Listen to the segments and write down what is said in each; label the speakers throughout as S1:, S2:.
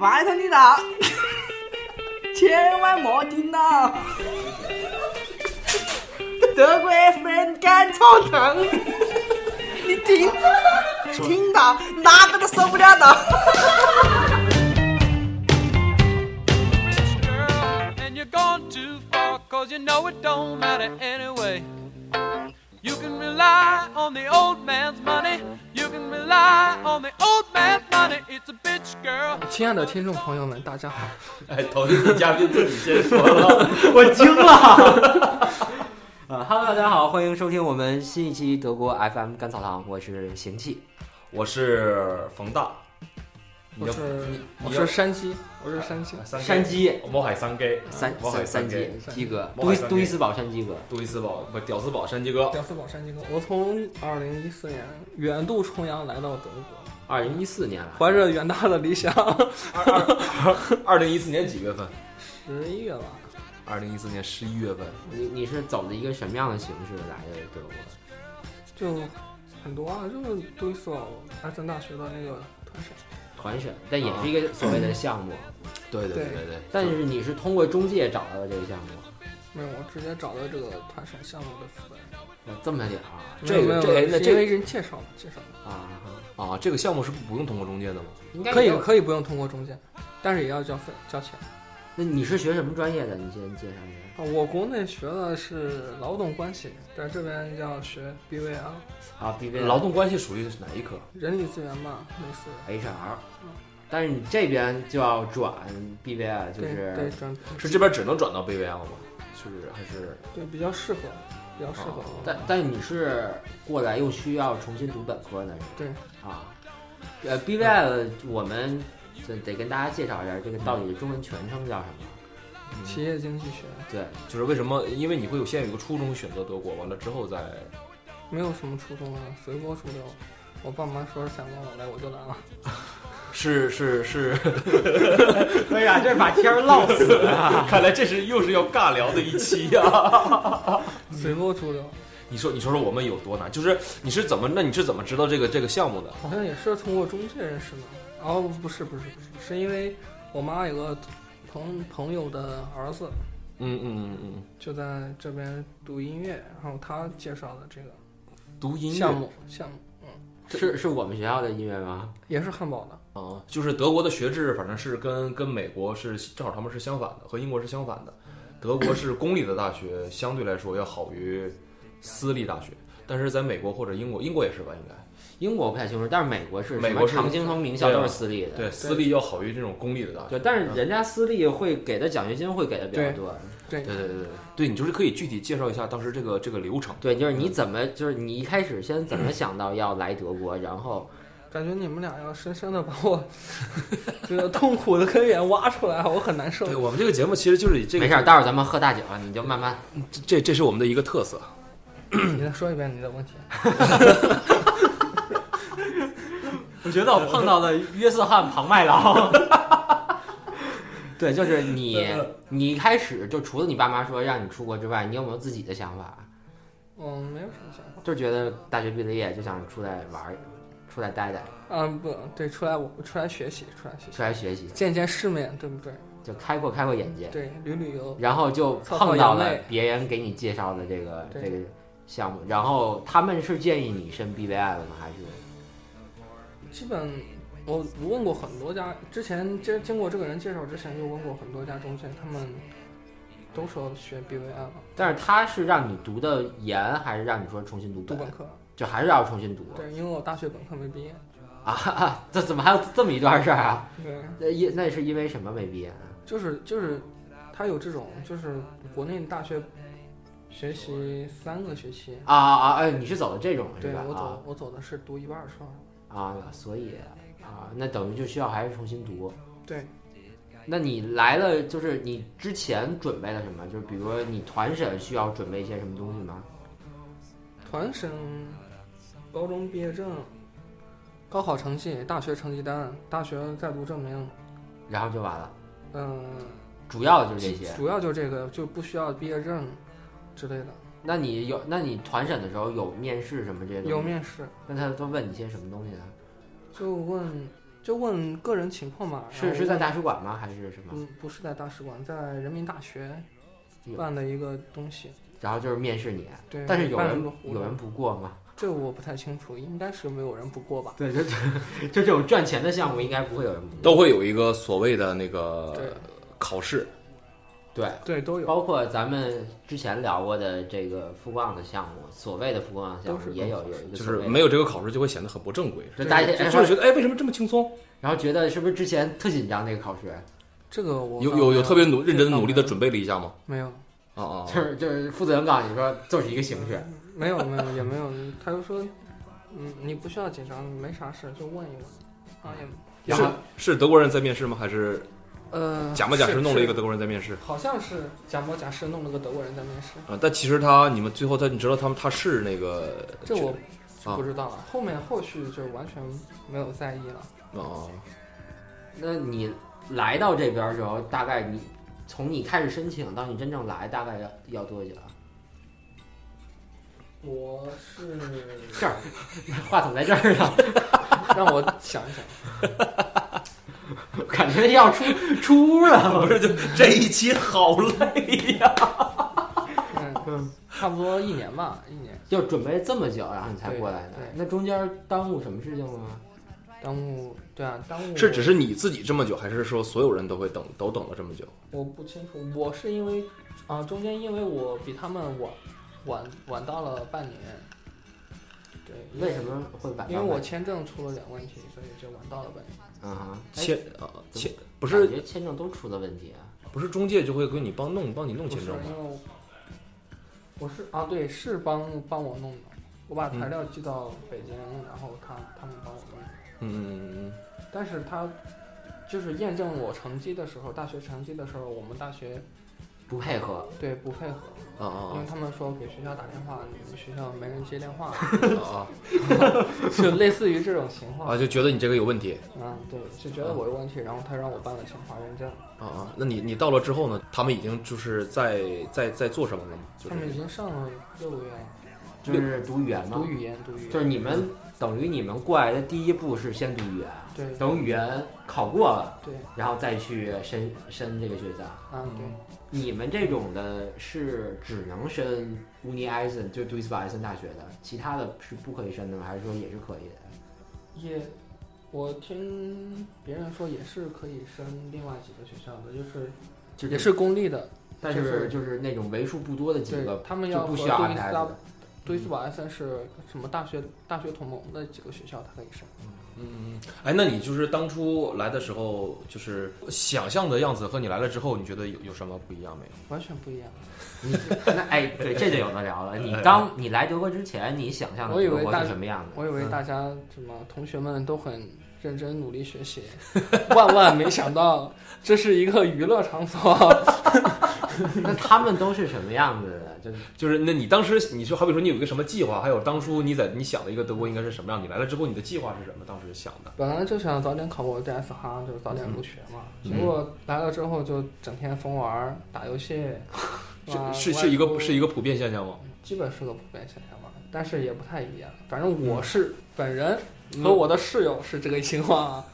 S1: 拜托你了， 千万莫听了，德国粉干超疼，你听听到哪个都受不了了。
S2: rich girl, and you're gone too far, cause you know it don't matter anyway. You can rely on the old man's money, you can rely on the old man's money, it's a bitch girl.
S3: 亲爱的听众朋友们，大家好，
S4: 哎，头一次嘉宾自己先说了，
S5: 我惊了。啊哈喽，大家好，欢迎收听我们新一期德国 FM 甘草堂，我是邢气。
S4: 我是冯大，
S3: 我是我
S4: 你要啊
S3: 是山西，我是山西，
S4: 三
S5: 山，鸡，
S4: 我海三 G，
S5: 三
S4: 我海
S5: 三三鸡
S4: 鸡，，
S5: 鸡哥，
S4: 我
S5: 杜
S4: 海
S5: 伊
S4: 三
S5: 杜伊
S4: 鸡
S5: 斯堡山鸡哥，
S4: 杜伊斯堡不屌丝堡山鸡哥，
S3: 屌丝堡山鸡哥。我从二零一四年远渡重洋来到德国，
S5: 二零一四年了，
S3: 怀着远大的理 想，
S4: 二二二零一四年几月份？
S3: 十一月吧，
S4: 二零一四年十一月份，
S5: 你你是走的一个什么样的形式来的德国？
S3: 就很多啊，就是读一所阿森大学的那个团审，
S5: 团选，但也是一个所谓的项目，
S4: 对对
S3: 对
S4: 对对，
S5: 但是你是通过中介找到的这个项目，
S3: 没有，我直接找的这个团审项目的负责人。
S5: 哦这么点儿啊
S4: 这
S3: 没
S4: 个
S3: 有
S4: 这个
S3: 没
S4: 那
S3: 有是因为
S4: 这
S3: 人介绍的介绍的，
S5: 啊，
S4: 啊，这个项目是不用通过中介的吗？
S5: 应该
S3: 可以
S5: 有
S3: 可以不用通过中介，但是也要交费交钱。
S4: 嗯
S5: 那你是学什么专业的？你先介绍一下。
S3: 啊，我国内学的是劳动关系，在这边要学 BVL
S5: 啊，B B
S4: 劳动关系属于哪一科？
S3: 人力资源吧，类似
S5: HR，但是你这边就要转 BVL，就
S3: 对对
S5: 是
S3: 转
S4: 是这边只能转到 BVL 吗？是不是还是
S3: 对比较适合，比较适合
S4: 啊。
S5: 但但你是过来又需要重新读本科呢？是
S3: 对
S5: 啊，呃，BVL 我们就得跟大家介绍一下，这个到底中文全称叫什么？
S3: 企业经济学
S5: 对，
S4: 就是为什么？因为你会有先有一个初衷选择德国，完了之后再
S3: 没有什么初衷啊，随波逐流。我爸妈说想让我来，我就来了。
S4: 是是是，
S5: 哎呀，这把天唠死 了。
S4: 看来这是又是要尬聊的一期呀、啊。
S3: 随波逐流，
S4: 你说，你说说我们有多难？就是你是怎么？那你是怎么知道这个这个项目的？
S3: 好像也是通过中介认识的。哦，不是不是不是，是因为我妈有个朋朋友的儿子
S4: 嗯嗯嗯
S3: 就在这边读音乐，然后他介绍的这个
S4: 嗯，读音乐
S3: 项目项目，嗯，
S5: 是是我们学校的音乐吗？
S3: 也是汉堡的。
S4: 啊，就是德国的学制，反正是跟跟美国是正好他们是相反的，和英国是相反的。德国是公立的大学，相对来说要好于私立大学，但是在美国或者英国，英国也是吧？应该
S5: 英国不太清楚，但是美国是
S4: 美
S5: 什么
S4: 国是
S5: 常青藤名校
S4: 对啊
S5: 都是私立的。
S4: 对私立要好于这种公立的大学。
S5: 对，但是人家私立会给的奖学金会给的比较
S3: 对
S5: 多。
S3: 对
S4: 对对对对对，你就是可以具体介绍一下当时这个这个流程。
S5: 对，就是你怎么，就是你一开始先怎么想到要来德国，然后
S3: 感觉你们俩要深深的把我 这个痛苦的根源挖出来，我很难受
S4: 对。我们这个节目其实就是以这个
S5: 没事儿，待会儿咱们喝大酒，啊你就慢慢。
S4: 这这是我们的一个特色。
S3: 你再说一遍你的问题。
S5: 我觉得我碰到了约瑟翰庞麦郎。 嗯对，就是 你，你一开始就除了你爸妈说让你出国之外，你有没有自己的想法？
S3: 嗯，没有什么想法。
S5: 就觉得大学毕了业就想出来玩儿，出来待待，
S3: 嗯，不对，出来我出来学习，出来学习，
S5: 出来学习，
S3: 见见世面，对不对？
S5: 就开阔开阔眼界。
S3: 对，旅旅游。
S5: 然后就
S3: 操操
S5: 碰到
S3: 羊
S5: 了
S3: 类
S5: 别人给你介绍的这个
S3: 对
S5: 这个项目，然后他们是建议你申 BVI 了吗？还是
S3: 基本我问过很多家，之前经经过这个人介绍之前就问过很多家中介，他们都说学 BVI 了，
S5: 但是他是让你读的研，还是让你说重新读
S3: 读
S5: 本？
S3: 本科。
S5: 就还是要重新读
S3: 对，因为我大学本科没毕业。
S5: 啊？这怎么还有这么一段事儿啊？
S3: 对，
S5: 那因那是因为什么没毕业啊？
S3: 就是就是，他有这种，就是国内大学学习三个学期，
S5: 啊啊啊！哎，你是走的这种是
S3: 对
S5: 吧？
S3: 我走我走的是读一半儿双，
S5: 啊啊，所以啊，那等于就需要还是重新读。
S3: 对，
S5: 那你来了，就是你之前准备了什么？就是比如说你团审需要准备一些什么东西吗？
S3: 团审、高中毕业证、高考成绩、大学成绩单、大学在读证明，
S5: 然后就完了。
S3: 嗯、
S5: 主要就是这些。
S3: 主要就这个，就不需要毕业证之类的，
S5: 那你有，那你团审的时候有面试什么这些东西？
S3: 有。面试
S5: 那他都问你些什么东西呢？
S3: 就问就问个人情况嘛。然
S5: 是
S3: 后
S5: 是在
S3: 问
S5: 大使馆吗？还是什么？
S3: 不不是在大使馆，在人民大学
S5: 嗯
S3: 办的一个东西。
S5: 然后就是面试你，
S3: 对，
S5: 但是有
S3: 办了
S5: 人
S3: 个活
S5: 有
S3: 动
S5: 人不过吗？
S3: 这我不太清楚，应该是没有人不过吧？
S5: 对，就 就这种赚钱的项目，应该不会有人不过。
S4: 都会有一个所谓的那
S3: 对
S4: 个考试，
S5: 对，
S3: 对，都有。
S5: 包括咱们之前聊过的这个复光的项目，所谓的复光的项
S3: 都
S5: 目
S3: 是
S5: 也有有一
S4: 就
S5: 个所
S4: 是
S5: 谓的
S4: 没有这个考试就会显得很不正规，
S5: 就大家
S4: 就
S5: 哎
S4: 就是觉得哎为什么这么轻松？
S5: 然后觉得是不是之前特紧张那个考
S4: 哦
S5: 试，
S3: 这个我
S4: 有
S3: 倒
S4: 有
S3: 没
S4: 有特别努认真
S3: 这倒
S4: 努力
S3: 没
S4: 的
S3: 有
S4: 准备了一下吗？
S3: 没有
S4: 啊啊，
S5: 就
S4: 啊
S5: 是就是负责人告诉你说就是一个形式，
S3: 没有没有也没有，他就说，嗯，你不需要紧张，没啥事，就问一问。啊也
S5: 然后
S4: 是是德国人在面试吗？还是
S3: 呃，
S4: 假模假式
S3: 是
S4: 弄了一个
S3: 是
S4: 德国人在面试？
S3: 好像是假模假式弄了个德国人在面试，
S4: 啊，但其实他你们最后他你知道他们他是那个
S3: 这我
S4: 啊
S3: 不知道了。后面后续就完全没有在意了。
S4: 啊
S5: 那你来到这边儿之后，大概你从你开始申请到你真正来，大概要要多久啊？
S3: 我是
S5: 这儿，话筒在这儿呢，
S3: 让我想一想，
S5: 感觉要出出屋了。
S4: 不是就这一期好累呀，
S3: 嗯，差不多一年吧，一年
S5: 就准备这么久，然后你才过来的
S3: 对对。
S5: 那中间耽误什么事情了吗？
S3: 耽误，对啊，耽误
S4: 是只是你自己这么久，还是说所有人都会等都等了这么久？
S3: 我不清楚，我是因为啊、中间因为我比他们晚晚晚到了半年，对，
S5: 为什？么会晚到？
S3: 因为我签证出了点问题，所以就晚到了半年。
S5: 嗯哈，哎
S4: 签啊签不
S5: 不
S4: 是
S5: 感觉签证都出了问题啊。
S4: 不是中介就会给你帮弄帮你弄
S3: 不
S4: 签
S3: 是
S4: 证吗？
S3: 因为我我是啊，对，是帮帮我弄的，我把材料寄到北京，然后他他们帮我弄的。
S4: 嗯嗯
S3: 但是他就是验证我成绩的时候，大学成绩的时候，我们大学
S5: 不配合，
S3: 对不配合，
S4: 嗯啊
S3: 因为
S4: 啊
S3: 他们说给学校打电话，你们学校没人接电话，
S4: 啊
S3: 就类似于这种情
S4: 啊
S3: 况
S4: 啊！就觉得你这个有问题
S3: 嗯，对，就觉得我有问题，然后他让我办了清华认证，
S4: 啊啊！那你你到了之后呢？他们已经就是在在在做什么了吗？就
S3: 他们已
S4: 是
S3: 经上了六个月了，
S5: 就是读语言吗？
S3: 读语言，读语
S5: 嗯就
S3: 言，
S5: 是你们等于你们过来的第一步是先读语言，
S3: 对
S5: 等语言考过了，
S3: 对，
S5: 然后再去申申这个学校。
S3: 啊
S5: 嗯
S3: 对，
S5: 你们这种的是只能申乌尼埃森，就杜伊斯堡埃森大学的，其他的是不可以申的吗？还是说也是可以的？
S3: 也，我听别人说也是可以升另外几个学校的，就是
S5: 就
S3: 也，是公立的，
S5: 但是就是那种为数不多的几
S3: 对
S5: 个，
S3: 他们
S5: 就
S3: 要
S5: 不
S3: 和
S5: 需要
S3: 杜
S5: 安
S3: 伊
S5: 排
S3: 斯
S5: 的嗯
S3: 拉。杜伊斯堡埃森是什么大学大学同盟的几个学校，它可以升，
S4: 嗯嗯。哎，那你就是当初来的时候，就是想象的样子和你来了之后，你觉得有有什么不一样没有？
S3: 完全不一样。
S5: 那哎，对，这就有的聊了。你当你来德国之前，你想象的
S3: 我以为
S5: 德国
S3: 大
S5: 是什么样的？
S3: 我以为大家什么同学们都很认真努力学 习，万万没想到这是一个娱乐场所。
S5: 那他们都是什么样子的？就是
S4: 就是那你当时你说，好比说你有一个什么计划，还有当初你在你想的一个德国应该是什么样？你来了之后，你的计划是什么？当时想的
S3: 本来就想早点考过 DS 哈，就早点入学嘛。
S4: 嗯
S3: 结果来了之后就整天疯玩儿、打游戏，哇
S4: 是是是一个是一
S3: 啊外
S4: 个普遍现象吗？
S3: 出基本是个普遍现象吧，但是也不太一样。反正
S4: 嗯
S3: 我是本人和我的室友是这个情况啊。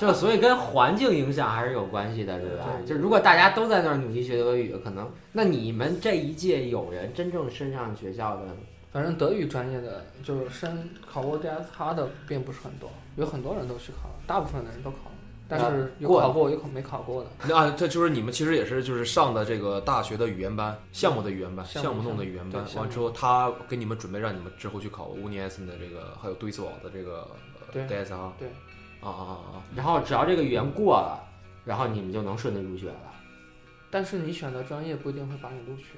S5: 就所以跟环境影响还是有关系的，对吧？就如果大家都在那儿努力学德语，可能那你们这一届有人真正升上学校的，
S3: 反正德语专业的就是升考过 DS 哈的并不是很多，有很多人都去考了，大部分的人都考了，但是有考过有考没考过的。
S4: 那 啊，这就是你们其实也是就是上的这个大学的语言班，项目的语言班，
S3: 项目
S4: 项目弄的语言班
S3: 对，项目
S4: 完之后他给你们准备让你们之后去考乌尼埃森的这个，还有杜伊斯堡的这个
S3: 对
S4: DS 啊，
S3: 对，
S4: 啊啊啊啊，
S5: 然后只要这个语言过了，然后你们就能顺利入学了
S3: 但是你选的专业不一定会把你录取。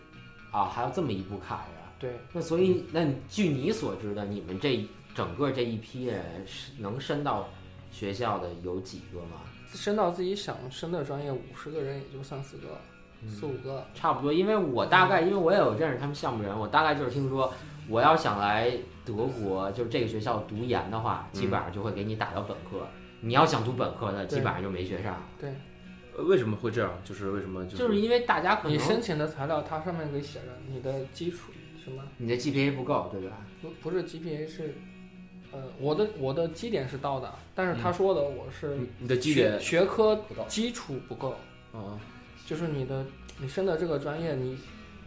S5: 啊，还有这么一步卡着。
S3: 对，
S5: 那所以，那你据你所知的，你们这整个这一批人是能升到学校的有几个吗？
S3: 升到自己想升的专业，五十个人也就三四个、
S4: 嗯
S3: 四五个。
S5: 差不多，因为我大概，因为我也有认识他们项目人，我大概就是听说，我要想来德国，就是这个学校读研的话，基本上就会给你打到本科。你要想读本科的，
S3: 嗯对
S5: 基本上就没学上，
S3: 对
S4: 呃为什么会这样？就是为什么就
S5: 就是因为大家可
S3: 你申
S5: 能
S3: 请的材料，它上面给写着你的基础什么，
S5: 你的 GPA 不够，对吧？
S3: 不不是 GPA 是呃，我的我的基点是到的，但是他说的我是
S4: 你你的嗯基
S3: 学
S4: 点
S3: 学科
S4: 不到
S3: 基础不够，
S4: 啊，
S3: 就是你的你升的这个专业，你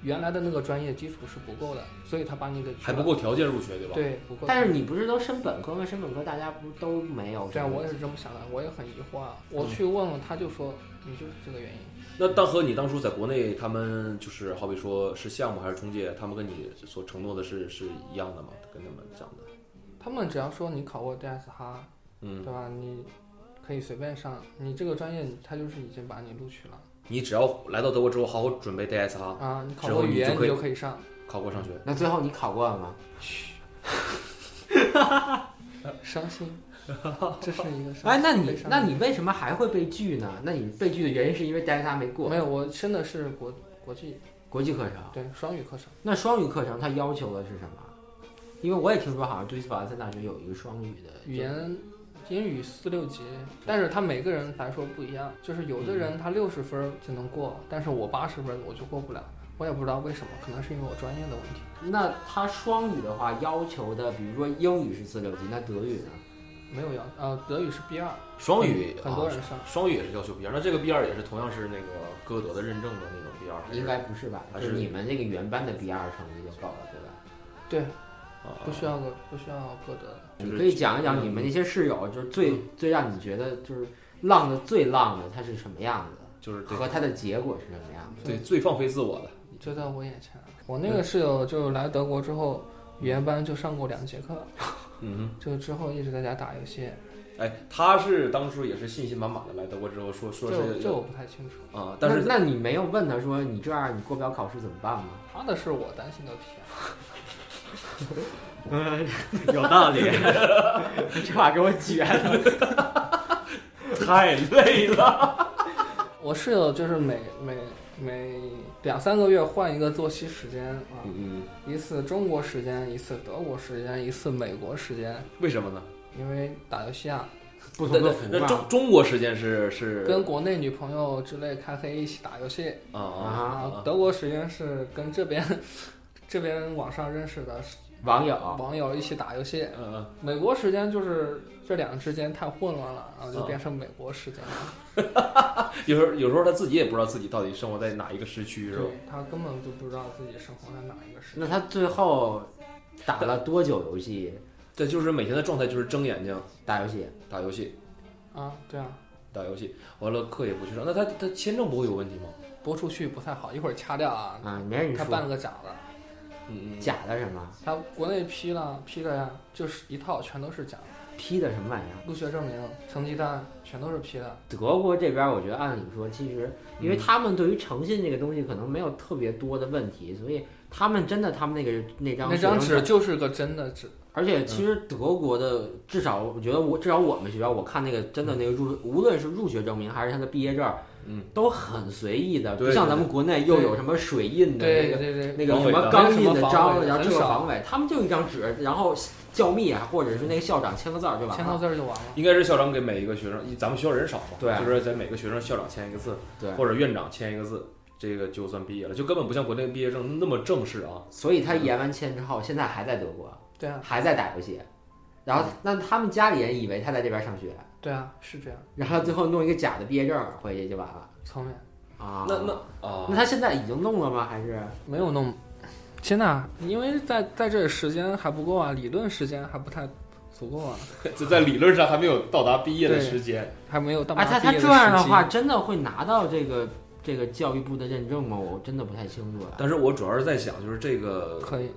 S3: 原来的那个专业基础是不够的，所以他把你给
S4: 还不够条件入学对吧？
S3: 对不够。
S5: 但是你不是都升本科吗？升本科大家不都没有？
S3: 对啊，我也是这么想的，我也很疑惑啊。
S4: 嗯
S3: 我去问问，他就说你就是这个原因。
S4: 那当和你当初在国内，他们就是好比说是项目还是中介，他们跟你所承诺的是是一样的吗？跟他们讲的，
S3: 他们只要说你考过 DS 哈，对
S4: 嗯，
S3: 吧？你可以随便上，你这个专业他就是已经把你录取了
S4: 你只要来到德国之后好好准备 DSA，
S3: 啊，你考
S4: 然后
S3: 过语
S4: 你就
S3: 言
S4: 可
S3: 你就
S4: 以
S3: 可以上。
S4: 考过上学，
S5: 那最后你考过了吗？
S3: 伤心， 这是一个伤心。
S5: 哎，那你
S3: 悲伤
S5: 那你为什么还会被拒呢？那你被拒的原因是因为 d 他没过
S3: 没有，我升的是国国际，
S5: 国际课程。
S3: 对双语课程。
S5: 那双语课程它要求的是什么？因为我也听说好像杜斯堡森大学有一个双语的
S3: 语言英语四六级，但是他每个人来说不一样，就是有的
S4: 嗯
S3: 人他六十分儿就能过，但是我八十分儿我就过不了，我也不知道为什么，可能是因为我专业的问题。
S5: 那它双语的话，要求的，比如说英语是四六级，那德语呢？
S3: 没有要呃，德语是 B 二，
S4: 双语
S3: 很多
S4: 啊，
S3: 人上。
S4: 双语也是要求 B 二，那这个 B 二也是同样是那个歌德的认证的那种 B 二，还是
S5: 应该不是吧？
S4: 还
S5: 就是
S4: 是
S5: 你们那个原班的 B 二成绩就够了，对吧？
S3: 对，
S4: 啊
S3: 不需要个不需要歌德。
S4: 就
S5: 你
S4: 是
S5: 可以讲一讲你们那些室友，就是最、最让你觉得就是浪的最浪的，他是什么样子，
S4: 就是对
S5: 和他的结果是什么样子？
S4: 对最放飞自我的，
S3: 就在我眼前，啊我那个室友就来德国之后，语言班就上过两节课，
S4: 嗯哼。
S3: 就之后一直在家打游戏。
S4: 哎，他是当初也是信心满满的来德国之后说说
S3: 这
S4: 是
S3: 这我不太清楚。
S4: 啊，但是
S5: 那那你没有问他说你这样你过不了考试怎么办吗？
S3: 他的是我担心的题啊，
S5: 有道理，这话给我卷了。
S4: 太累了。
S3: 我室友就是每每每两三个月换一个作息时间啊，
S4: 嗯，
S3: 一次中国时间，一次德国时间，一次美国时间，
S4: 为什么呢？
S3: 因为打游戏啊，
S5: 不
S4: 那
S5: 同的 服
S4: 那那
S5: 嘛
S4: 中中国时间是是
S3: 跟国内女朋友之类开黑一起打游戏
S4: 啊
S3: 啊
S5: 啊，
S3: 德国时间是跟这边 这边网上认识的
S5: 网友
S3: 网友一起打游戏，
S4: 嗯嗯，
S3: 美国时间就是这两个之间太混乱了，然后就
S5: 嗯
S3: 变成美国时间了。
S4: 有时候有时候他自己也不知道自己到底生活在哪一个时区，是吧？
S3: 对他根本就不知道自己生活在哪一个时代。
S5: 那他最后打了多久游戏？
S4: 对，就是每天的状态就是睁眼睛
S5: 打游戏？
S4: 打游戏，
S3: 啊，对啊，
S4: 打游戏，完了课也不去上。那他他签证不会有问题吗？
S3: 播出去不太好，一会儿掐掉啊。
S5: 啊，没人
S3: 他
S5: 说
S3: 办了个假的，
S4: 嗯嗯，
S5: 假的什么
S3: 他国内批了批了呀，就是一套全都是假的，
S5: 批的什么玩意儿？
S3: 入学证明、成绩单全都是批的。
S5: 德国这边，我觉得按理说，其实
S3: 嗯
S5: 因为他们对于诚信这个东西可能没有特别多的问题，所以他们真的他们那个那张
S3: 那张
S5: 学生
S3: 纸就是个真的纸，
S5: 而且其实德国的，至少我觉得我至少我们学校，我看那个真的那个入，无论是入学证明还是他的毕业证，
S4: 嗯，
S5: 都很随意的，
S4: 对
S5: 不像咱们国内又有什么水印的那
S3: 对
S5: 个
S3: 对对，
S5: 那个什
S4: 防伪
S5: 么
S4: 的
S5: 钢印
S3: 什
S5: 的
S3: 么防伪
S5: 章，
S3: 的
S5: 然后这
S3: 很
S5: 个
S3: 少
S5: 防伪，他们就一张纸，然后教秘啊，或者是那个校长签个字儿就完
S3: 签到
S5: 了。
S3: 字儿就完了。
S4: 应该是校长给每一个学生，咱们学校人少嘛，
S5: 对
S4: 就是在每个学生校长签一个字，
S5: 对，
S4: 或者院长签一个字，这个就算毕业了，就根本不像国内毕业证那么正式啊。
S5: 所以
S3: 嗯
S5: 他延完签之后，现在还在德国，
S3: 对啊，
S5: 还在打游戏，然
S3: 嗯
S5: 后那他们家里人以为他在这边上学，
S3: 对啊，是这样，
S5: 然后最后弄一个假的毕业证回去就完了
S3: 聪明，
S5: 啊。
S4: 那那啊
S5: 那，他现在已经弄了吗？还是？
S3: 没有弄。现在啊因为在在这里时间还不够啊，理论时间还不太足够啊，
S4: 就在理论上还没有到达毕业的
S3: 对
S4: 时间，
S3: 还没有到
S5: 哎，
S3: 达
S5: 他
S3: 毕
S5: 他
S3: 业的
S5: 这样的
S3: 时机
S5: 话，真的会拿到这个这个教育部的认证吗？我真的不太清楚啊。
S4: 但是我主要是在想，就是这个
S3: 可以。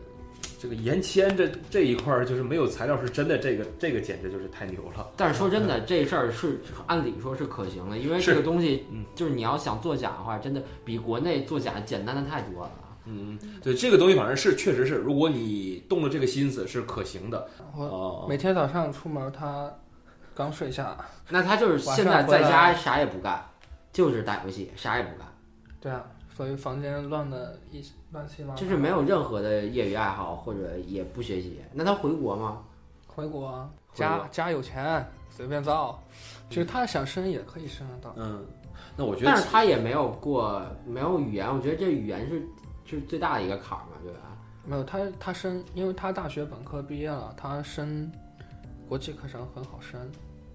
S4: 这个延签这这一块儿，就是没有材料是真的，这个这个简直就是太牛了。
S5: 但是说真的，这事儿是按理说是可行的，因为
S4: 是
S5: 这个东西
S4: 嗯，
S5: 就是你要想作假的话，真的比国内作假简单的太多了。
S4: 嗯，对，这个东西反正是确实是，如果你动了这个心思是可行的啊
S3: 我。每天早上出门，他刚睡下，
S5: 那他就是现
S3: 晚
S5: 在
S3: 上回
S5: 在
S3: 来
S5: 家啥也不干，就是打游戏，啥也不干，
S3: 对啊，所以房间乱的一乱七八糟。
S5: 就是没有任何的业余爱好，或者也不学习。那他回国吗？
S3: 回国，啊
S4: 回
S3: 家
S4: 国
S3: 家有钱，随便造，就是他想升也可以升得到。
S4: 嗯，那我觉
S5: 但
S4: 得
S5: 是他也没有过没有语言，我觉得这语言是是最大的一个坎儿嘛，对吧？
S3: 没有他，他升，因为他大学本科毕业了，他升国际课程很好申，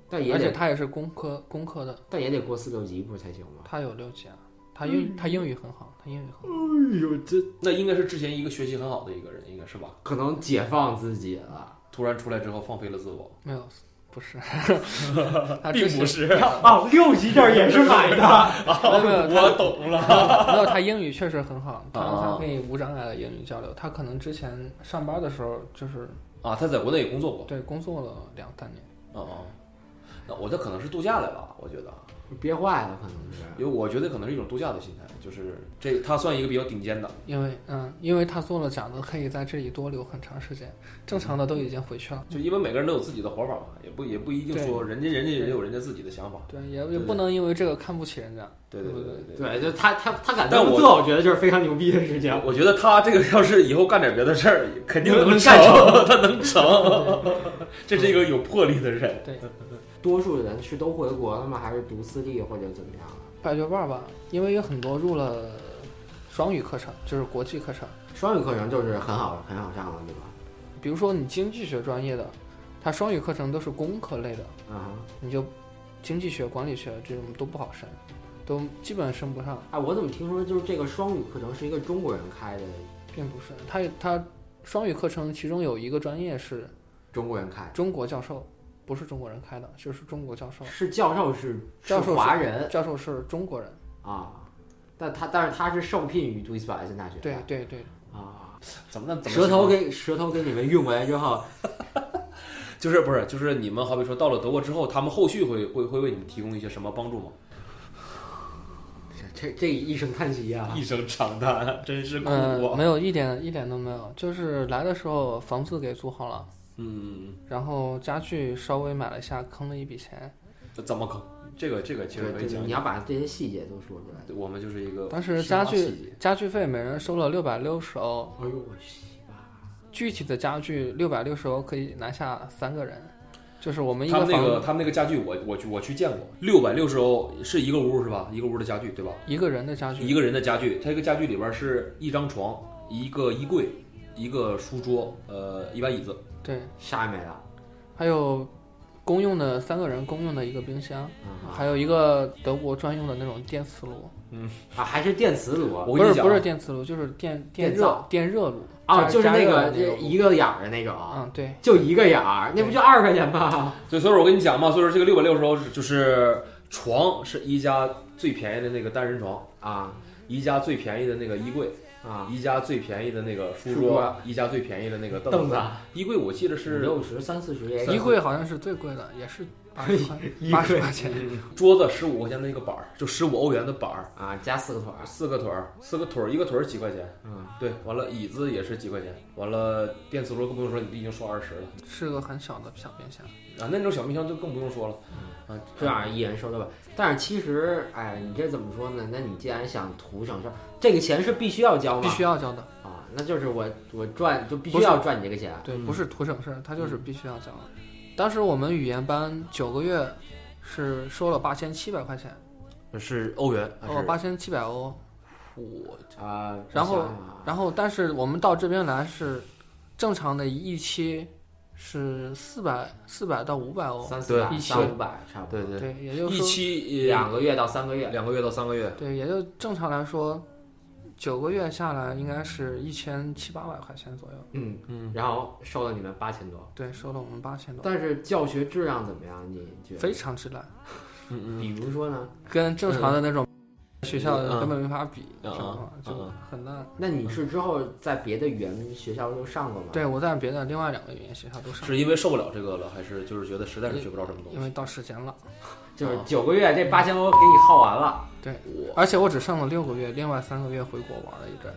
S5: 但也
S3: 而且
S5: 得
S3: 它也是工科工科的，
S5: 但也得过四六级不是才行吗？
S3: 它有六级啊，它英它英语很好，它英语很好，
S5: 哎呦，这
S4: 那应该是之前一个学习很好的一个人，应该是吧？
S5: 可能解放自己了。
S4: 突然出来之后放飞了自我，
S3: 没有不 是，
S5: 啊
S4: 并不
S3: 是。
S4: 是。
S5: 哦，六级证也是买的，
S3: 没有没有，
S4: 我懂了，
S3: 他没有他英语确实很好，他
S4: 啊
S3: 他可以无障碍的英语交流。他可能之前上班的时候就是
S4: 啊，他在国内也工作过
S3: 对工作了两三年，
S5: 嗯
S4: 啊。那我这可能是度假来了，我觉得，
S5: 憋坏了可能是。
S4: 因为我觉得可能是一种度假的心态，就是这他算一个比较顶尖的，
S3: 因为嗯，因为他做了讲的，可以在这里多留很长时间。正常的都已经回去了，
S4: 就因为每个人都有自己的活法嘛，也不也不一定说人家人家也有人家自己的想法，
S3: 对，也
S4: 对
S3: 也不能因为这个看不起人家。
S4: 对对对对。
S5: 对，就他他他敢
S4: 但
S5: 这么
S4: 我
S5: 做，我觉得就是非常牛逼的事情。
S4: 我觉得他这个要是以后干点别的事儿，肯定
S5: 能
S4: 能
S5: 干
S4: 干
S5: 成
S4: 成， 他能成，这是一个有魄力的人。
S5: 多数人是都回国了吗？还是读私立或者怎么样？啊
S3: 百学伴吧，因为有很多入了双语课程，就是国际课程，
S5: 双语课程就是很好很好上了，对吧？
S3: 比如说你经济学专业的，它双语课程都是工科类的，
S5: 啊哈。
S3: 你就经济学、管理学这种都不好升，都基本升不上。
S5: 哎，我怎么听说就是这个双语课程是一个中国人开的？
S3: 并不是，他他双语课程其中有一个专业是
S5: 中国人开
S3: 中国教授，不是中国人开的，就是中国教授，
S5: 哦是教授是
S3: 教授
S5: 是
S3: 是
S5: 华人
S3: 教授是中国人。
S5: 啊，但他但是他是受聘于杜伊斯堡爱森大学的
S3: 对对 对，
S5: 啊，
S4: 怎么那怎么
S5: 舌头给舌头给你们运过来之后，
S4: 就是不是就是你们好比说到了德国之后，他们后续会会会为你们提供一些什么帮助吗？
S5: 这这这一声叹息 啊，
S4: 一声长叹，真是啊
S3: 嗯、没有一点一点都没有，就是来的时候房子给租好了，
S4: 嗯，
S3: 然后家具稍微买了一下，坑了一笔钱。
S4: 怎么坑？这个这个其实
S5: 对
S4: 可以
S5: 对，
S4: 讲
S5: 你
S4: 一
S5: 要
S4: 讲。
S5: 把这些细节都说出来。
S4: 我们就是一个
S3: 当时
S4: 奢
S3: 家
S4: 华细
S3: 具
S4: 节
S3: 家具费每人收了六百六十欧，
S5: 哎呦我西吧，
S3: 具体的家具六百六十欧可以拿下三个人，就是我们一
S4: 他
S3: 个
S4: 们那
S3: 房
S4: 个他们那个家具我，我去我去见过，六百六十欧是一个屋是吧？一个屋的家具对吧？
S3: 一个人的家具，
S4: 一个人的家具，它这个家具里边是一张床、一个衣柜、一个书桌，呃，一把椅子。
S3: 对，
S5: 啥也没了。
S3: 还有公用的三个人公用的一个冰箱，
S4: 啊
S5: 嗯
S3: 还有一个德国专用的那种电磁炉，
S5: 啊，还是电磁炉
S4: 我
S3: 不
S4: 跟
S3: 是
S4: 你讲啊，
S3: 不是电磁炉，就是电
S5: 电
S3: 热
S5: 灶
S3: 电热炉
S5: 啊，
S3: 加
S5: 就是
S3: 加
S5: 那
S3: 热
S5: 个
S3: 的那
S5: 一个眼儿的那种，
S3: 嗯对，
S5: 就一个眼儿，那不就二块钱吗？
S4: 所以所以说我跟你讲嘛，所以说这个六百六十欧是就是床是宜家最便宜的那个单人床，
S5: 啊
S4: 宜家最便宜的那个衣柜，
S5: 啊，
S4: 宜家最便宜的那个书
S5: 书桌
S4: 桌，宜家最便宜的那个
S5: 凳子啊
S4: 子。衣柜我记得是
S5: 六十三四十也
S3: 衣
S5: 有。
S3: 柜好像是最贵的，也是八十 块
S5: 衣
S3: 八十
S5: 柜
S3: 块钱，
S5: 嗯
S4: 桌子十五块钱的一个板儿，就十五欧元的板儿，
S5: 啊，加四个腿儿，
S4: 四个腿儿，四个腿儿一个腿儿几块钱？
S5: 嗯，
S4: 对，完了椅子也是几块钱，完了电磁炉更不用说，你已经说二十了。
S3: 是个很小的小冰箱。
S4: 啊，那种小冰箱就更不用说了，啊，
S5: 这样一人收六百。但是其实，哎，你这怎么说呢？那你既然想图省事儿，这个钱是必须要交吗？
S3: 必须要交的，
S5: 啊，那就是我我赚就必须
S3: 不是
S5: 要赚你这个钱。
S3: 对，
S4: 嗯
S3: 不是图省事儿，它就是必须要交的。当时我们语言班九个月是收了八千七百块钱，
S4: 是欧元还
S3: 哦，
S4: 啊是
S3: 八千七百欧，
S4: 我
S5: 啊，
S3: 然后
S5: 我想想啊
S3: 然后，但是我们到这边来是正常的一期是四百四百到五百欧，
S5: 三四百、
S3: 对
S5: 三五百差不多，
S4: 对对，
S3: 对，也就是
S4: 一
S3: 说，
S4: 期呃
S5: 两个月到三个月，
S4: 两个月到三个月，
S3: 对，也就正常来说，九个月下来应该是一千七八百块钱左右。
S5: 嗯，
S4: 嗯，
S5: 然后收了你们八千多，
S3: 对，收了我们八千多，
S5: 但是教学质量怎么样？你觉
S3: 非
S5: 得？
S3: 常之烂，
S4: 嗯
S5: 比如说呢？
S3: 跟正常的那种学校
S4: 嗯
S3: 根本没法比，
S4: 嗯
S3: 知道吗
S4: 嗯？
S3: 就
S4: 嗯
S3: 很烂。
S5: 那你是之后在别的语言学校都上过吗？
S3: 对我在别的另外两个语言学校都上，
S4: 是因为受不了这个了，还是就是觉得实在是学不着什么
S3: 因
S4: 东西？
S3: 为到时间了，
S5: 就是
S4: 哦
S5: 九个月，这八千欧给你耗完了。
S4: 我
S3: 而且我只上了六个月，另外三个月回国玩了一阵儿。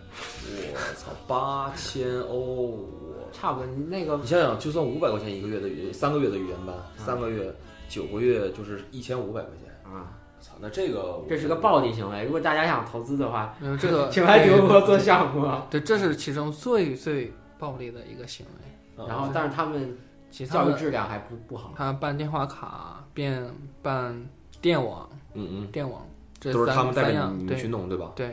S4: 我操，八千欧，我
S5: 差不多，那个
S4: 你想想，就算五百块钱一个月的语，三个月的语言班，三个月九个月就是一千五百块钱，
S5: 啊，
S4: 操，那这个
S5: 这是个暴利行为。如果大家想投资的话，
S3: 没有这 个，
S5: 请来
S3: 对
S5: 德国做项目。
S3: 对，这是其中最最暴力的一个行为。
S4: 啊
S5: 然后，但是他们
S3: 其他
S5: 教育
S3: 的，
S5: 质量还不不好。
S3: 他办电话卡、变办电网、
S4: 嗯嗯，
S3: 电网，这
S4: 都是
S3: 三
S4: 他们带
S3: 三
S4: 着
S3: 样
S4: 你们去
S3: 对
S4: 弄，对吧？
S3: 对，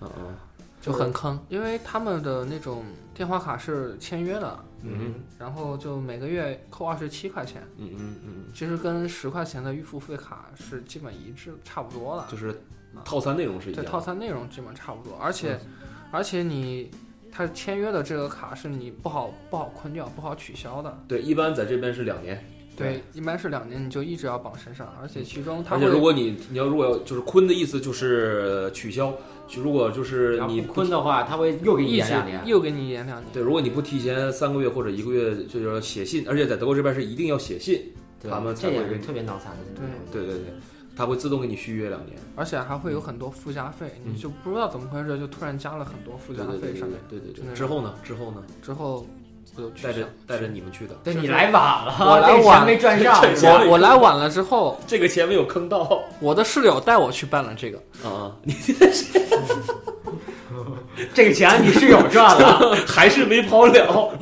S4: 嗯嗯，
S3: 就很坑，因为他们的那种电话卡是签约的，
S4: 嗯
S3: 然后就每个月扣二十七块钱，
S4: 嗯嗯嗯，
S3: 其实跟十块钱的预付费卡是基本一致，差不多了。
S4: 就是套餐内容是一
S3: 对
S4: 样嗯的。
S3: 套餐内容基本差不多，而且、而且你他签约的这个卡是你不好不好困掉、不好取消的。
S4: 对，一般在这边是两年，
S3: 对，一般是两年，你就一直要绑身上，而且其中他
S4: 嗯而
S3: 会
S4: 且如果你你要如果要就是坤的意思就是取消，就如果就是
S5: 然后
S4: 你
S5: 不坤的话，他会又给你
S3: 一
S5: 演
S3: 直
S5: 两年。
S3: 又给你延两年。
S4: 对，如果你不提前三个月或者一个月，就是要写信，而且在德国这边是一定要写信，
S5: 对
S4: 他们才
S5: 这
S4: 会
S5: 也
S4: 给
S5: 是
S4: 你
S5: 特别脑残的。
S3: 对
S4: 对对对，他会自动给你续约两年。
S3: 而且还会有很多附加费，
S4: 嗯
S3: 你就不知道怎么回事，就突然加了很多附
S4: 对
S3: 加
S4: 对对
S3: 费上
S4: 对
S3: 面。
S4: 对对
S3: 真
S4: 对。
S3: 的
S4: 之后呢？之后呢？
S3: 之后我就取消
S4: 带着带着你们去的，
S5: 对
S3: 就是
S5: 你来晚了，
S3: 我来
S5: 这个
S3: 晚
S5: 钱没赚上。
S4: 这钱
S3: 我我来晚了之后，
S4: 这个钱没有 坑到
S3: 我的室友带我去办了这个，
S4: 啊，
S5: 这个钱你室友赚 了，
S4: 还是没跑了，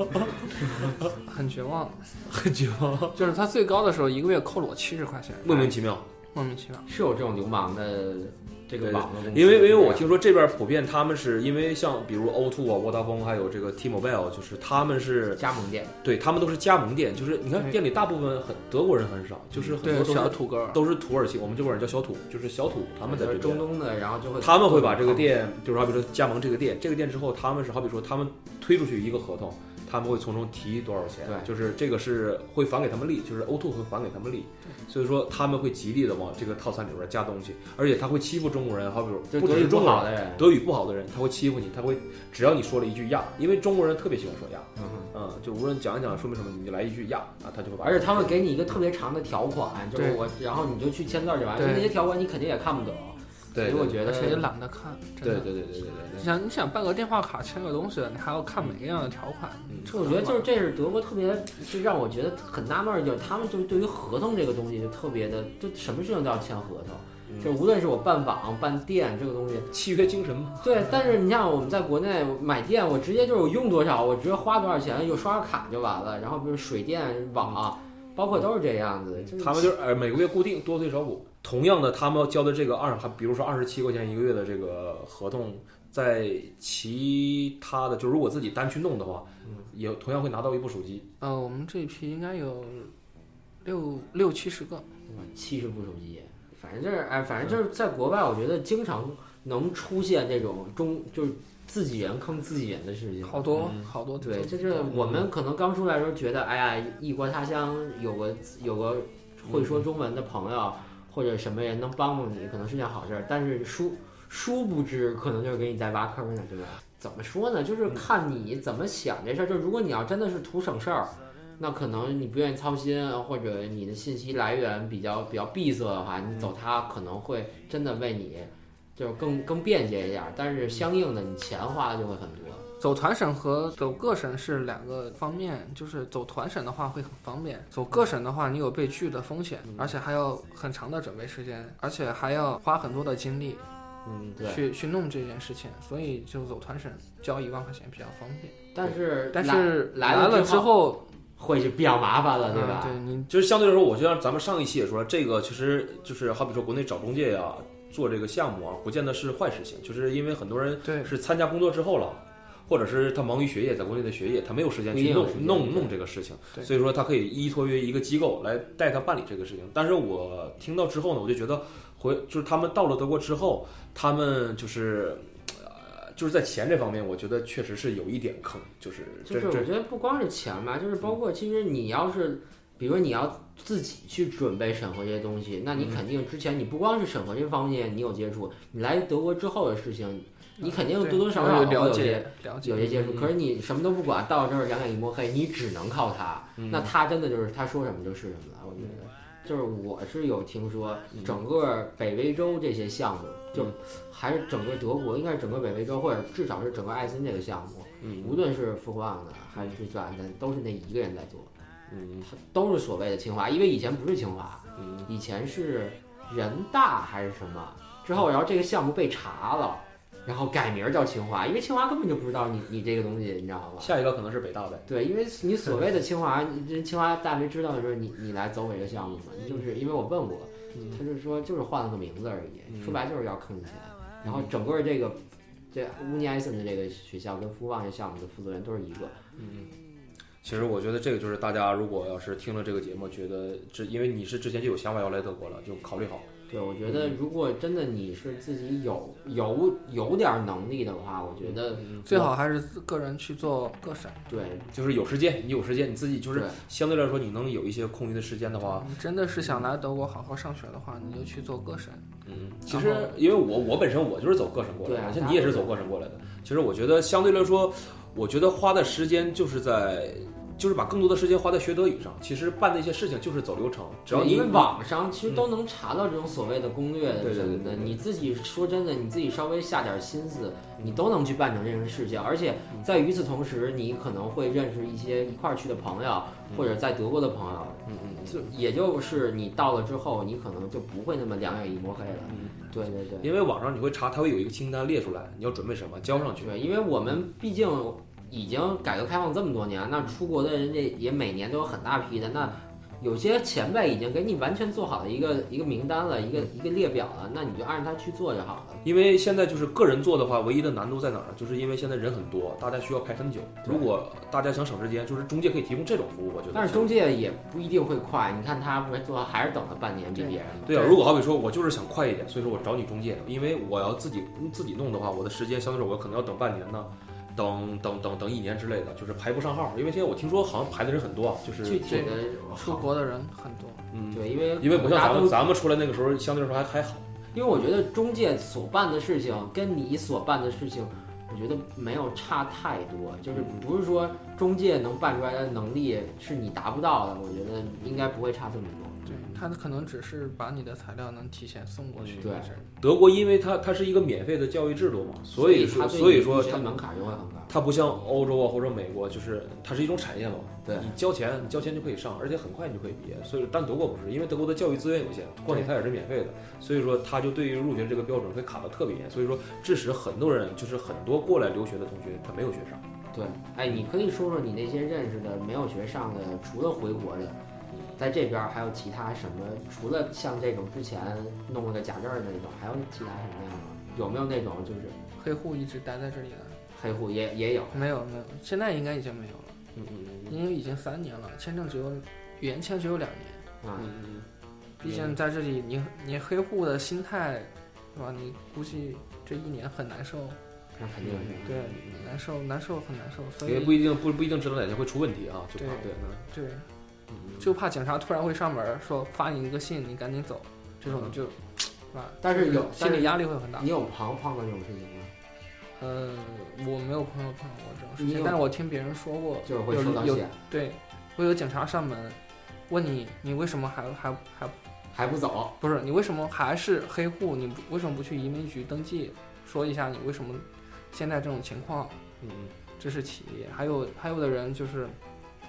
S3: 很绝望。
S4: 很绝望，
S3: 就是他最高的时候一个月扣了我七十块钱，
S4: 莫名其妙。
S3: 莫名其妙。
S5: 是有这种流氓的这个
S4: 对
S5: 网络公司
S4: 因为因为我
S5: 对
S4: 听说这边普遍他们是因为像比如 O2 啊、沃达丰还有这个 T-Mobile，就是他们是
S5: 加盟店，
S4: 对他们都是加盟店，就是你看
S3: 对
S4: 店里大部分很德国人很少，就是很
S3: 对，
S4: 多都
S3: 小
S4: 是
S3: 土根儿，
S4: 都是土耳其，我们这边人叫小土，就是小土，他们在这
S5: 中
S4: 边。
S5: 东的，然后就会
S4: 他们会把这个店，就是好比说加盟这个店，这个店之后，他们是好比说他们推出去一个合同，他们会从中提多少钱，
S5: 对
S4: 就是这个是会返给他们利，就是 O2 会返给他们利，所以说他们会极力的往这个套餐里边加东西，而且他会欺负中国人，好比
S5: 就
S4: 说只
S5: 是德语
S4: 是中
S5: 不
S4: 国
S5: 好
S4: 人，
S5: 的人，
S4: 德语不好的人，他会欺负你，他会只要你说了一句呀，因为中国人特别喜欢说呀，
S5: 嗯
S4: 嗯，就无论讲一讲说明什么，你来一句呀啊，他就会把。
S5: 而且他会给你一个特别长的条款，就是
S3: 对
S5: 我，然后你就去签字儿就完了，
S3: 对
S5: 就那些条款你肯定也看不懂，所
S4: 对
S5: 以
S4: 对
S5: 我觉得
S3: 而且也懒得看，真
S4: 对
S3: 的。
S4: 对对对对对
S3: 你想，你想办个电话卡签个东西，你还要看每个样的条款，
S4: 嗯
S3: 这
S5: 我觉得就是这是德国特别，就让我觉得很纳闷儿，就是他们就是对于合同这个东西就特别的，就什么事情都要签合同，
S4: 嗯
S5: 就无论是我办访、办店这个东西，
S4: 对，契约精神嘛，
S5: 对。但是你像我们在国内买电，我直接就是我用多少，我直接花多少钱，有刷个卡就完了。然后比如水电、网，啊包括都是这样子。就是
S4: 他们就是呃每个月固定多退少补。同样的，他们交的这个二，还比如说二十七块钱一个月的这个合同，在其他的就如果自己单去弄的话，也同样会拿到一部手机。
S3: 呃，我们这一批应该有六六七十个，
S5: 七十部手机，反正就是哎，反正就是在国外，我觉得经常能出现这种中就是自己人坑自己人的事情。
S3: 好多、
S4: 嗯
S3: 好多。
S5: 对，就是我们可能刚出来的时候觉得，哎呀，异国他乡有个有个会说中文的朋友、或者什么人能帮帮你，可能是件好事儿。但是殊殊不知，可能就是给你在挖坑呢，对吧？怎么说呢？就是看你怎么想这事儿。就如果你要真的是图省事儿，那可能你不愿意操心，啊或者你的信息来源比较比较闭塞的话，你走它可能会真的为你就是更更便捷一点儿。但是相应的，你钱花的就会很多。
S3: 走团审和走个审是两个方面，就是走团审的话会很方便，走个审的话你有被拒的风险，而且还要很长的准备时间，而且还要花很多的精力
S5: 嗯，对。
S3: 去去弄这件事情，所以就走团审交一万块钱比较方便。
S5: 但是
S3: 但是
S5: 来
S3: 来
S5: 了
S3: 了之后，
S5: 会是比较麻烦了，对
S3: 嗯，
S5: 吧？
S3: 对你
S4: 就是相对来说，我就像咱们上一期也说了，这个其实就是好比说国内找中介呀、做这个项目啊，不见得是坏事情，就是因为很多人
S3: 对
S4: 是参加工作之后了，或者是他忙于学业，在国内的学业，他没有时间
S5: 不一
S4: 去
S5: 定
S4: 弄
S5: 有时间
S4: 弄
S5: 对
S4: 弄这个事情，
S3: 对
S4: 所以说他可以依托于一个机构来带他办理这个事情。但是我听到之后呢，我就觉得回就是他们到了德国之后，他们就是。呃就是在钱这方面，我觉得确实是有一点坑，就是
S5: 就
S4: 这
S5: 是
S4: 这
S5: 我觉得不光是钱吧，就是包括其实你要是，比如说你要自己去准备审核这些东西，那你
S3: 嗯
S5: 肯定之前你不光是审核这方面你有接触，你来德国之后的事情，你肯定
S3: 对
S5: 多多少
S3: 有
S5: 少会
S3: 了
S5: 有些
S3: 解了解
S5: 有些接触。
S4: 嗯
S5: 可是你什么都不管，到这儿两眼一抹黑，你只能靠他。
S4: 嗯
S5: 那他真的就是他说什么就是什么了，我觉得。就是我是有听说，整个北威州这些项目，就
S4: 嗯
S5: 还是整个德国，应该是整个北威州，或者至少是整个艾森这个项目，
S4: 嗯
S5: 无论是福克旺的还是钻的，都是那一个人在做，
S4: 嗯
S5: 他都是所谓的清华，因为以前不是清华，
S4: 嗯
S5: 以前是人大还是什么，之后然后这个项目被查了，然后改名叫清华，因为清华根本就不知道你你这个东西，你知道吗？
S4: 下一个可能是北大呗。
S5: 对，因为你所谓的清华，人清华大没知道的时候，你你来走我这个项目嘛，就是因为我问过，他就说就是换了个名字而已，
S4: 嗯
S5: 说白了就是要坑你钱。然后整个这个这乌尼埃森的这个学校跟福旺这项目的负责人都是一个，
S4: 嗯，其实我觉得这个就是大家如果要是听了这个节目，觉得这因为你是之前就有想法要来德国了，就考虑好。
S5: 对，我觉得如果真的你是自己有有有点儿能力的话，我觉
S4: 嗯
S5: 得
S3: 最好还是自个人去做个审。
S5: 对
S4: 就是有时间，你有时间，你自己就是
S5: 对
S4: 相对来说你能有一些空余的时间的
S5: 啊
S4: 话，
S3: 你真的是想来德国好好上学的话，你就去做个审。
S4: 嗯，其实因为我我本身我就是走个审过来
S5: 啊
S4: 的，像你也是走个审过来的。其实我觉得相对来说，我觉得花的时间就是在，就是把更多的时间花在学德语上。其实办那些事情就是走流程，只要
S5: 对
S4: 你嗯
S5: 因为网上其实都能查到这种所谓的攻略
S4: 对对
S5: 什么
S4: 对
S5: 的，
S4: 对对
S5: 你自己说真的，你自己稍微下点心思，你都能去办成这种事情。而且
S4: 嗯
S5: 在与此同时，你可能会认识一些一块儿去的朋友，或者在德国的朋友，
S4: 嗯嗯嗯。
S5: 就也就是你到了之后，你可能就不会那么两眼一抹黑了。
S4: 嗯
S5: 对对对。
S4: 因为网上你会查，它会有一个清单列出来，你要准备什么，交上去。
S5: 对，因为我们毕竟已经改革开放这么多年，那出国的人家也每年都有很大批的，那有些前辈已经给你完全做好了一个一个名单了，一个一个列表了，那你就按照它去做就好了。
S4: 因为现在就是个人做的话，唯一的难度在哪儿呢？就是因为现在人很多，大家需要排很久。
S5: 对
S4: 如果大家想省时间，就是中介可以提供这种服务，我觉得。
S5: 但是中介也不一定会快，你看他不是做还是等了半年比别人
S4: 对啊，如果好比说我就是想快一点，所以说我找你中介，因为我要自己自己弄的话，我的时间相对来说我可能要等半年呢，等等等等一年之类的，就是排不上号。因为现在我听说好像排的人很多啊，就
S5: 具
S4: 是
S5: 体的
S3: 出国的人很多，
S4: 嗯，
S5: 对，因为
S4: 因为不像
S5: 大
S4: 咱
S5: 家都
S4: 们咱们出来那个时候，相对来说还还好。
S5: 因为我觉得中介所办的事情跟你所办的事情，我觉得没有差太多，就是不是说中介能办出来的能力是你达不到的，我觉得应该不会差这么多。
S3: 对他可能只是把你的材料能提前送过去。
S5: 嗯嗯对
S3: 但是
S4: 德国因为它它是一个免费的教育制度嘛，所
S5: 以
S4: 以说
S5: 他
S4: 所以说
S5: 它
S4: 它
S5: 门槛就会很高。
S4: 它不像欧洲啊或者美国，就是它是一种产业嘛，
S5: 对
S4: 你交钱你交钱就可以上，而且很快你就可以毕业。所以说但德国不是，因为德国的教育资源有限，况且它也是免费的，所以说它就对于入学这个标准会卡得特别严。所以说致使很多人就是很多过来留学的同学他没有学上。
S5: 对，哎，你可以说说你那些认识的没有学上的，除了回国的，在这边儿还有其他什么？除了像这种之前弄了个假证儿的那种，还有其他什么样的？有没有那种就是
S3: 黑户一直待在这里的，
S5: 黑户也也有？
S3: 没有没有，现在应该已经没有了，
S4: 嗯嗯
S3: 因为已经三年了，签证只有原签只有两年。
S5: 啊、
S4: 嗯
S3: 毕竟在这里你，你黑户的心态，是吧？你估计这一年很难受，
S5: 那肯定是。
S3: 对，难受，难受，很难受。所
S4: 也
S3: 以
S4: 不一定不不一定知道哪天会出问题啊，就怕
S3: 对
S4: 对嗯
S3: 对，
S4: 嗯
S3: 就怕警察突然会上门儿说发你一个信，你赶紧走，这种就，是吧？
S5: 嗯但是有
S3: 心理压力会很大
S5: 你。有朋友碰到这种事情吗？
S3: 呃，我没有朋友碰到过这种事
S5: 你
S3: 情
S5: 有，
S3: 但是我听别人说过，
S5: 就是会收到
S3: 有
S5: 信，
S3: 对，会有警察上门，问你你为什么还还还
S5: 还不走，
S3: 不是你为什么还是黑户？你不为什么不去移民局登记？说一下你为什么现在这种情况，
S4: 嗯
S3: 这是其一。还有还有的人就是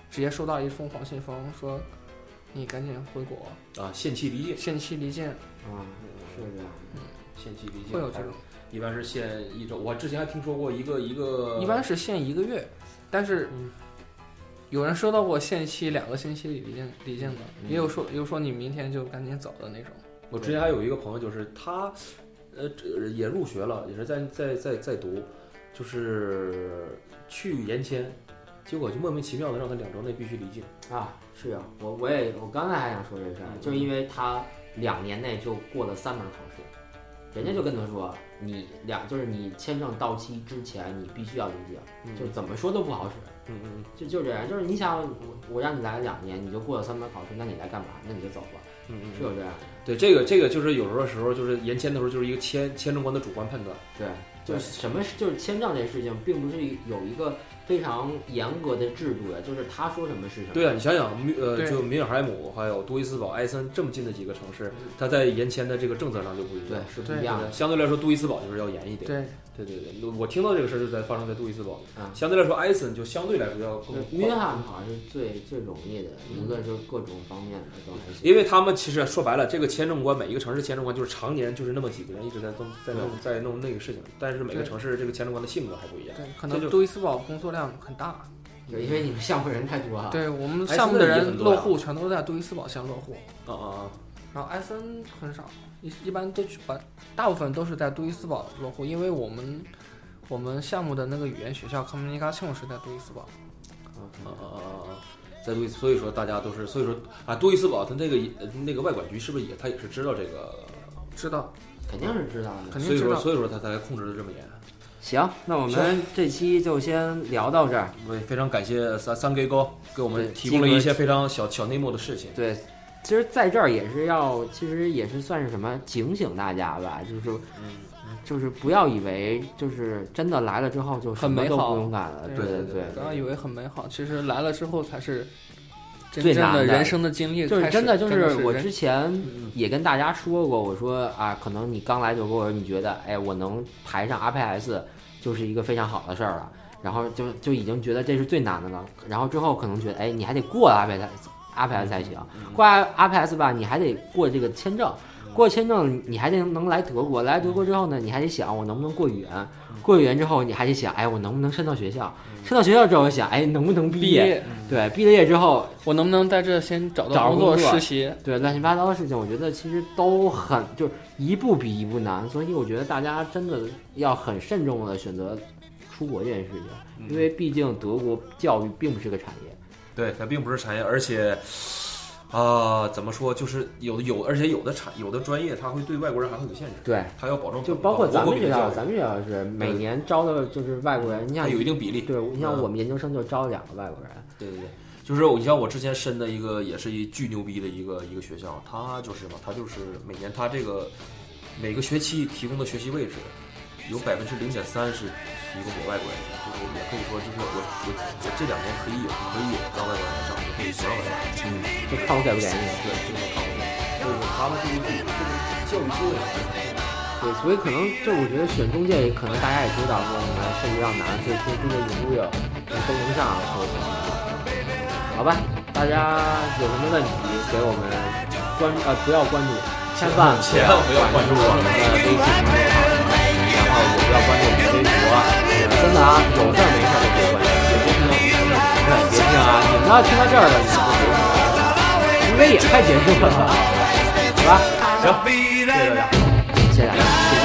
S3: 直接收到一封黄信封，说你赶紧回国，
S4: 嗯啊，限期离境，
S3: 限期离境，
S5: 啊，是这样。
S4: 限期离境啊
S3: 会有这种，，
S4: 一般是限一周。我之前还听说过一个一个
S3: 一般是限一个月，但是
S4: 嗯
S3: 有人收到过限期两个星期离境离境的，
S4: 嗯
S3: 也有说也有说你明天就赶紧走的那种。
S4: 我之前还有一个朋友，就是他，呃，这也入学了，也是在在在在读，就是去延签，结果就莫名其妙的让他两周内必须离境。
S5: 啊，是啊，我我也我刚才还想说这事儿，就是因为他两年内就过了三门考试，人家就跟他说，你两就是你签证到期之前，你必须要离境，就是怎么说都不好使，
S4: 嗯嗯，
S5: 就就这样，就是你想我我让你来两年，你就过了三门考试，那你来干嘛？那你就走吧，
S4: 嗯嗯
S5: 是有这样的，
S4: 对，这个这个就是有时候的时候就是延签的时候就是一个签签证官的主观判断。
S5: 对，就是什么就是签证这事情，并不是有一个非常严格的制度的，就是他说什么是什么。
S4: 对啊，你想想，呃，
S3: 对
S4: 就米尔海姆还有杜伊斯堡、埃森这么近的几个城市，他在延签的这个政策上就不一样
S5: 嗯对，。是不
S3: 对
S5: 一样的。
S4: 相对来说，杜伊斯堡就是要严一点。
S3: 对，
S4: 对对对，我听到这个事儿就在发生在杜伊斯堡。
S5: 啊
S4: 相对来说，埃森就相对来说要更
S5: 约翰好像是最最容易的，无论就是各种方面的都还行。
S4: 因为他们其实说白了，这个签证官每一个城市签证官就是常年就是那么几个人一直在弄在弄在弄那个事情，但是每个
S3: 对
S4: 城市这个签证官的性格还不一样。
S3: 对，可
S4: 这
S3: 能
S4: 就
S3: 杜伊斯堡工作量很大，
S5: 对，因为你们项目人太多了。
S3: 对我们
S4: 哎
S3: 项目
S4: 现在
S3: 的
S4: 也
S3: 人
S4: 很多
S3: 落
S4: 呀
S3: 户全都在杜伊斯堡县落户，
S4: 啊啊啊！
S3: 然后埃森很少，一一般都去把大部分都是在杜伊斯堡落户，因为我们我们项目的那个语言学校 Communication 是在杜伊斯堡，
S5: 啊
S4: 啊啊啊啊！在杜伊斯，所以说大家都是，所以说啊，杜伊斯堡他那个也那个外管局是不是也他也是知道这个？
S3: 知道，
S5: 肯定是知道的。
S3: 肯
S4: 所
S3: 定
S4: 以
S3: 知
S4: 说
S3: 道。
S4: 所以说他才控制的这么严。
S5: 行，那我们这期就先聊到这儿。
S4: 我也非常感谢三三 G 哥给我们
S5: 对
S4: 提供了
S5: 金哥
S4: 一些非常小小内幕的事情。
S5: 对，其实在这儿也是要，其实也是算是什么警醒大家吧，就是。就是不要以为就是真的来了之后就什
S3: 很
S5: 么
S3: 美
S5: 都
S3: 好
S5: 不用干了，
S3: 对
S5: 对
S4: 对
S5: 对，
S3: 刚刚以为很美好，其实来了之后才是真
S5: 最
S3: 正
S5: 难的
S3: 的人生的经历开
S5: 就
S3: 始。
S5: 是真的，就是我
S3: 人
S5: 之前也跟大家说过，我说啊，可能你刚来德国，你觉得哎，我能排上 RPS 就是一个非常好的事儿了，然后就就已经觉得这是最难的了，然后之后可能觉得哎，你还得过 RPS RPS 才行，过 RPS 吧，你还得过这个签证。过签证，你还得能来德国。来德国之后呢，你还得想我能不能过语言。过语言之后，你还得想，哎，我能不能升到学校？升到学校之后想，哎，能不能嗯毕
S3: 毕
S5: 业？
S3: 业，
S5: 对，毕了业之后，
S3: 我能不能在这先找
S5: 嗯找
S3: 到
S5: 着
S3: 工作
S5: 工作
S3: 实习？
S5: 对乱七八糟的事情，我觉得其实都很就是一步比一步难，所以我觉得大家真的要很慎重的选择出国这件事
S4: 嗯
S5: 情，因为毕竟德国教育并不是个产业。
S4: 对，它并不是产业，而且，啊、怎么说，就是有的有，而且有的产有的专业，它会对外国人还会有限制，
S5: 对，
S4: 它要保证
S5: 就包括
S4: 保
S5: 咱
S4: 国
S5: 们
S4: 民的
S5: 学校，
S4: 教育，
S5: 咱们学校是每年招的就是外国人，你
S4: 它
S5: 像
S4: 有一定比例。
S5: 对，你像
S4: 嗯
S5: 我们研究生就招了两个外国人，
S4: 对对对，就是我，你像我之前申的一个，也是一巨牛逼的一个一个学校，它就是嘛，它就是每年它这个每个学期提供的学习位置，有百分之零点三是提供给外国人的，就是也可以说，就是我我我这两年可以有可以有让外国人来上，也可以不让外国人来上。
S5: 就看我给不给你。
S4: 对，这个看不见，就是他们对于自己这个教育资源还是很
S5: 对，所以可能就我觉得选中介，可能大家也知道说你们甚至要难，所以说中介引入有都能上，啊所以说好吧，大家有什么问题给我们关呃不要关注，千万千万不要关注我们的微信公众号，然后也不要关注我们的微博，真的啊，有事儿没事儿都别关注，别听哦，对，别听啊，你们要听到这儿了，你们就别听了，因为也快结束了，好吧，
S4: 好。行，谢谢大家。
S5: 谢谢大家。谢谢